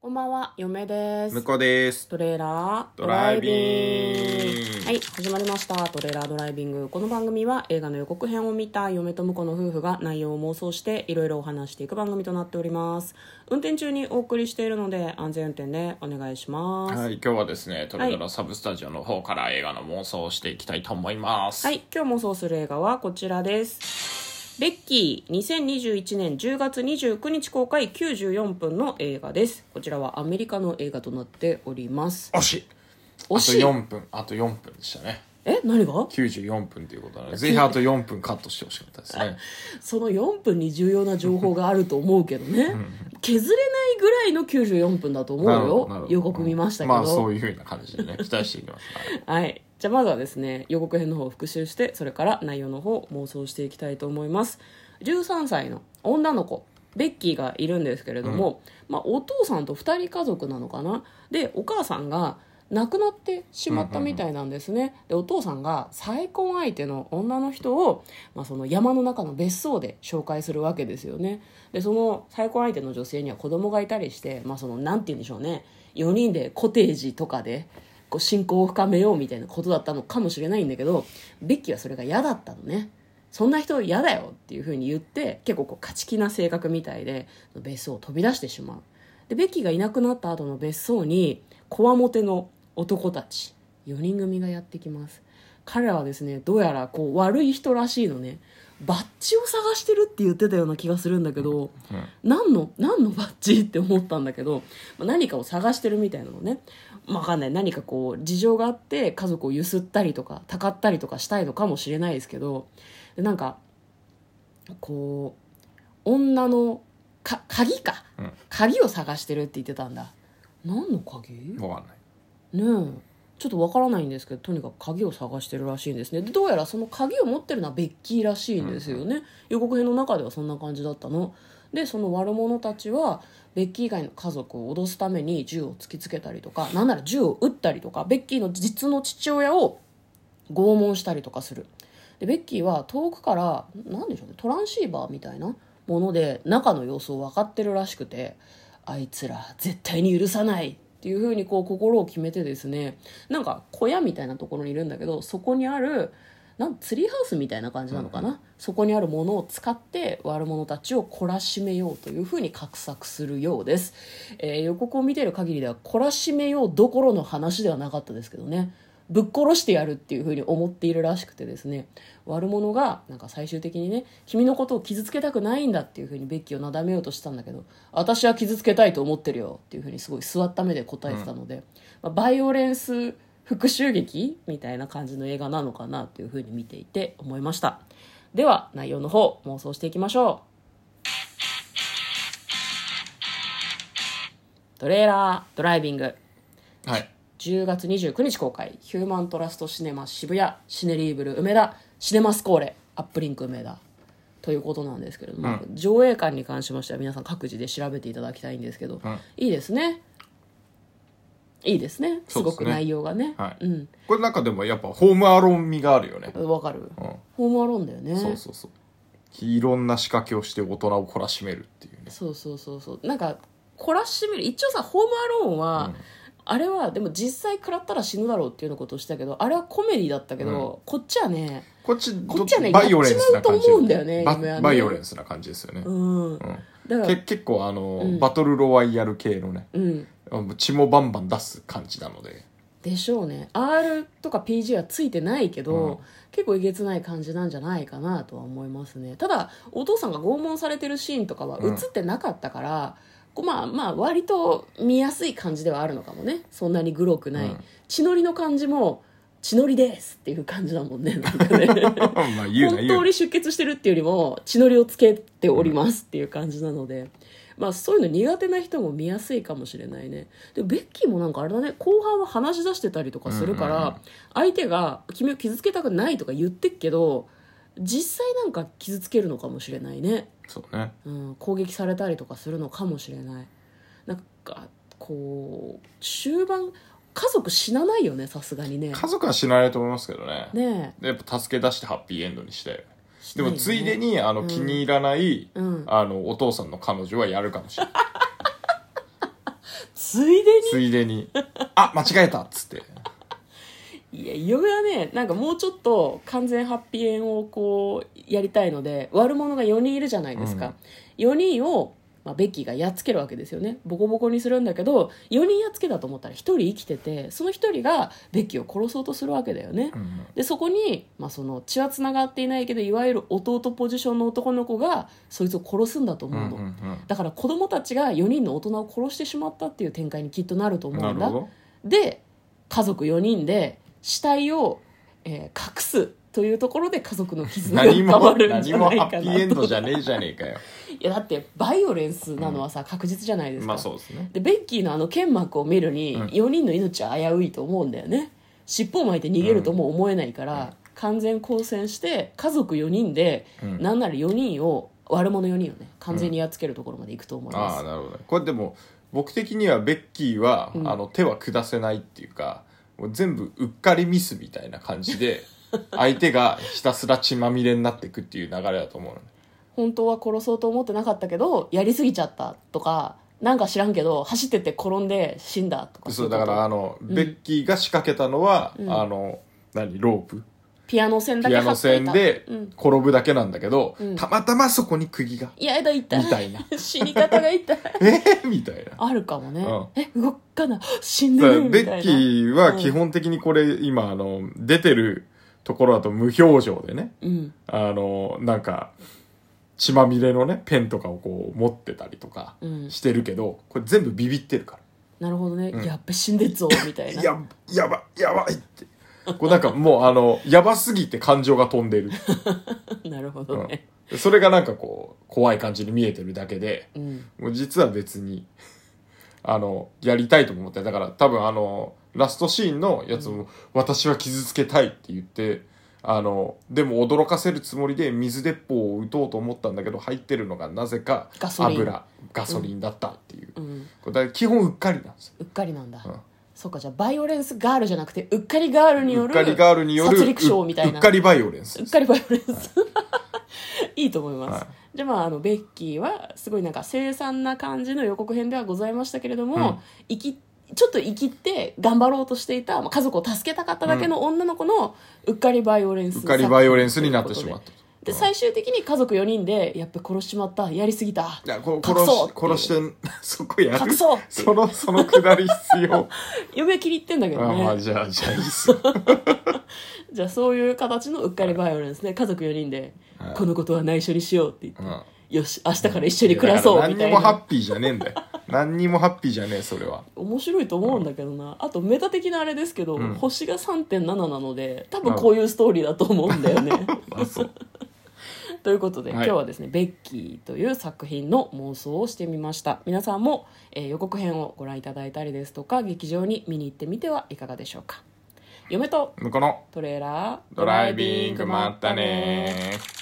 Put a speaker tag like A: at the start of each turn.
A: こんばんは、嫁です。
B: 向こうです。
A: トレーラー
B: ドライビング
A: はい、始まりました。トレーラードライビング。この番組は映画の予告編を見た嫁と婿の夫婦が内容を妄想していろいろお話していく番組となっております。運転中にお送りしているので安全運転でお願いします。は、
B: はいい、今日はですね、トレドラサブスタジオの方から映画の妄想をしていきたいと思います。い。
A: 今日妄想する映画はこちらです。ベッキー2021年10月29日公開94分の映画です。こちらはアメリカの映画となっております。
B: 惜しい。
A: 惜しい
B: あと4分、あと4分でしたね。
A: え、何が
B: 94分ということなので、ぜひあと4分カットしてほしかったですね。
A: その4分に重要な情報があると思うけどね削れないぐらいの94分だと思
B: なるほど
A: うよ予告見ましたけど、
B: まあそういうふうな感 じでね、期待していきます。はい
A: はいじゃあまずはですね予告編の方を復習してそれから内容の方を妄想していきたいと思います13歳の女の子ベッキーがいるんですけれども、まあ、お父さんと2人家族なのかなでお母さんが亡くなってしまったみたいなんですね、でお父さんが再婚相手の女の人を、まあ、その山の中の別荘で紹介するわけですよねでその再婚相手の女性には子供がいたりして、まあ、そのなんて言うんでしょうね4人でコテージとかでこう親交を深めようみたいなことだったのかもしれないんだけどベッキーはそれが嫌だったのねそんな人嫌だよっていうふうに言って結構こう勝ち気な性格みたいで別荘を飛び出してしまうでベッキーがいなくなった後の別荘にこわもての男たち4人組がやってきます彼らはですねどうやらこう悪い人らしいのねバッジを探してるって言ってたような気がするんだけど、何の何のバッジって思ったんだけどまあ何かを探してるみたいなのねわかんない何かこう事情があって家族をゆすったりとかたかったりとかしたいのかもしれないですけどでなんかこう女のか鍵か、
B: うん
A: 鍵を探してるって言ってたんだ何の鍵、
B: わかんない。
A: ねえちょっとわからないんですけどとにかく鍵を探してるらしいんですねでどうやらその鍵を持ってるのはベッキーらしいんですよね、予告編の中ではそんな感じだったのでその悪者たちはベッキー以外の家族を脅すために銃を突きつけたりとかなんなら銃を撃ったりとかベッキーの実の父親を拷問したりとかするでベッキーは遠くからなんでしょうねトランシーバーみたいなもので中の様子を分かってるらしくてあいつら絶対に許さないっていうふうにこう心を決めてですねなんか小屋みたいなところにいるんだけどそこにあるなんツリーハウスみたいな感じなのかな、そこにあるものを使って悪者たちを懲らしめようというふうに画策するようです、えー予告を見てる限りでは懲らしめようどころの話ではなかったですけどねぶっ殺してやるっていうふうに思っているらしくてですね悪者がなんか最終的にね君のことを傷つけたくないんだっていうふうにベッキーをなだめようとしたんだけど私は傷つけたいと思ってるよっていうふうにすごい座った目で答えてたので、まあバイオレンス復讐劇みたいな感じの映画なのかなというふうに見ていて思いましたでは内容の方妄想していきましょうトレーラードライビング
B: はい。
A: 10月29日公開ヒューマントラストシネマ渋谷シネリーブル梅田シネマスコーレアップリンク梅田ということなんですけれども、上映館に関しましては皆さん各自で調べていただきたいんですけど、
B: うん
A: いいですねいいですねす
B: そうで
A: ご
B: すね
A: く内容がね
B: はい
A: うん
B: これなんかでもやっぱホームアローン味があるよね。
A: わかる
B: うん。
A: ホームアローンだよね
B: そうそうそう。いろんな仕掛けをして大人を懲らしめるっていうね。
A: そうそうそうそうなんか懲らしめる一応さホームアローンは、
B: うん
A: あれはでも実際食らったら死ぬだろうっていうようなことをしたけどあれはコメディだったけど、こっちはね
B: こっち、ど
A: こっちはね
B: バイオレンス
A: やっ
B: な感じ。
A: ちまうと思うんだよね
B: バ
A: 夢はね
B: バイオレンスな感じですよね。
A: うん
B: うん
A: だから
B: け結構あの、
A: うん
B: バトルロワイヤル系のね
A: うん
B: 血もバンバン出す感じなの で
A: でしょうね R とか PG はついてないけど、
B: うん
A: 結構えげつない感じなんじゃないかなとは思いますねただお父さんが拷問されてるシーンとかは
B: うん
A: 映ってなかったから、こうまあまあ割と見やすい感じではあるのかもねそんなにグロくない、
B: うん
A: 血のりの感じも血のりですっていう感じだもんねなんかね
B: まあ言う
A: 本
B: な言
A: 当
B: うな
A: に出血してるっていうよりも血のりをつけておりますっていう感じなので、まあそういうの苦手な人も見やすいかもしれないねでベッキーもなんかあれだね後半は話し出してたりとかするから、
B: うんうんうん
A: 相手が「君を傷つけたくない」とか言ってっけど実際なんか傷つけるのかもしれないね、
B: そうね
A: うん、攻撃されたりとかするのかもしれないなんかこう終盤家族死なないよねさすがにね
B: 家族は死なないと思いますけどね
A: ねえ
B: でやっぱ助け出してハッピーエンドにしたよね
A: し
B: で
A: ないよ
B: も
A: ね
B: ついでにあの、
A: うん
B: 気に入らない、
A: うん
B: あのお父さんの彼女はやるかもしれない
A: ついで
B: ついでに「あ間違えた」っつって
A: にいや嫁はねなんかもうちょっと完全ハッピーエンドをこうやりたいので悪者が4人いるじゃないですか、4人を、まあ、ベッキーがやっつけるわけですよねボコボコにするんだけど4人やっつけたと思ったら1人生きててその1人がベッキーを殺そうとするわけだよね、
B: うん
A: でそこに、まあ、その血はつながっていないけどいわゆる弟ポジションの男の子がそいつを殺すんだと
B: う
A: 思うんの、
B: うん
A: だから子供たちが4人の大人を殺してしまったっていう展開にきっとなると
B: うん
A: 思う
B: な
A: ん
B: る
A: だ
B: ほど
A: で家族4人で死体を、えー隠すというところで家族の絆が
B: 何
A: 変
B: も
A: わるんじ
B: 何
A: ゃ
B: も
A: ない
B: ハッ
A: か
B: ピーエ
A: な
B: ンド
A: と
B: じゃねえじゃねえかよ
A: いやだってバイオレンスなのはさ、確実じゃないですか、
B: まあそうですね
A: でベッキーのあの剣幕を見るに
B: うん
A: 4人の命は危ういと思うんだよね尻尾を巻いて逃げるとも思えないから、完全抗戦して家族4人で、
B: うん
A: なんなら4人を悪者4人をね完全にやっつけるところまでいくと思いま
B: あ
A: す、
B: あなるほどこれでも僕的にはベッキーは、
A: うん
B: あの手は下せないっていうかもう全部うっかりミスみたいな感 じで相手がひたすら血まみれになっていくっていう流れだと思うのね
A: 本当は殺そうと思ってなかったけどやりすぎちゃったとかなんか知らんけど走ってって転んで死んだとか
B: そう
A: いこ
B: だ
A: と
B: からあの、
A: ん
B: ベッキーが仕掛けたのは、
A: うん
B: あの何ロープ
A: ピアノ線だ
B: ピ
A: け
B: ア
A: 張
B: ノ
A: っとい
B: 線
A: た
B: で
A: うん、
B: 転ぶだけなんだけど、
A: うん
B: たまたまそこに 釘が
A: いややだ痛い
B: みたいな
A: 死に方が痛い
B: 「えーみたいな。
A: あるかもね、
B: う
A: え動かない死んで
B: だから
A: るみた
B: ベ
A: いな
B: ッキーは基本的にこれ、今あの出てるところだと無表情でね、
A: うん
B: あの、なんか、血まみれのね、ペンとかをこう持ってたりとか
A: うん
B: してるけど、これ全部ビビってるか
A: なるほどね、
B: うん
A: やっべ死んでっぞみたい
B: ら。
A: な
B: や、やば、やばいって。こうなんかもうあの、やばすぎて感情が飛んでる。
A: なるほどね、
B: それがなんかこう、怖い感じに見えてるだけで、
A: うん
B: もう実は別に、あの、やりたいとも思って、だから多分あの、ラストシーンのやつも、私は傷つけたいって言って、あの、でも驚かせるつもりで水鉄砲を撃とうと思ったんだけど、入ってるのがなぜか
A: ガソリン
B: 油、ガソリンだったっていう。
A: う
B: こ
A: ん
B: れだから基本うっかりなんですよ。
A: うっかりなんだ、
B: うん
A: そうかじゃあバイオレンスガールじゃなくてうっかりガールによ
B: うっ
A: る
B: かりガールによる、
A: 殺戮ショーみたいな
B: うっかりバイオレンス
A: うっ。かりバイオレンスいいと思います、
B: は
A: じゃあまああのベッキーはすごいなんか凄惨な感じの予告編ではございましたけれども、生きちょっと生きって頑張ろうとしていた、まあ、家族を助けたかっただけの女の子のうっかりバイオレンス
B: うっかりバイオレンスになってしまったたと。
A: で最終的に家族4人でやっぱ殺しちまったやりすぎた
B: いや、こ
A: 隠
B: 殺し
A: そうっていう
B: 殺して、 そこやる。
A: 隠そうっていう
B: その、そのくだり必 要。
A: 嫁は気に入ってんだけど
B: あ
A: ね
B: まあじゃあじゃあいいっ すよ
A: じゃあそういう形のうっかりバイオレンスね家族4人で、
B: はい
A: このことは内緒にしようって言って、
B: うん
A: よし明日から一緒に暮らそうみ
B: 何
A: た
B: に
A: い
B: もハ
A: な
B: ッピーじゃねえ んだよ何にもハッピーじゃねえそれは
A: 面白いと思うんだけどな、あとメタ的なあれですけど、
B: うん
A: 星が3.7なので多分こういうストーリーだと思うんだよ ね
B: あそう
A: ということで、
B: はい
A: 今日はですね「ベッキー」という作品の妄想をしてみました皆さんも、えー予告編をご覧いただいたりですとか劇場に見に行ってみてはいかがでしょうか嫁と
B: 向こうの
A: トレーラー
B: ドライビングもあったねー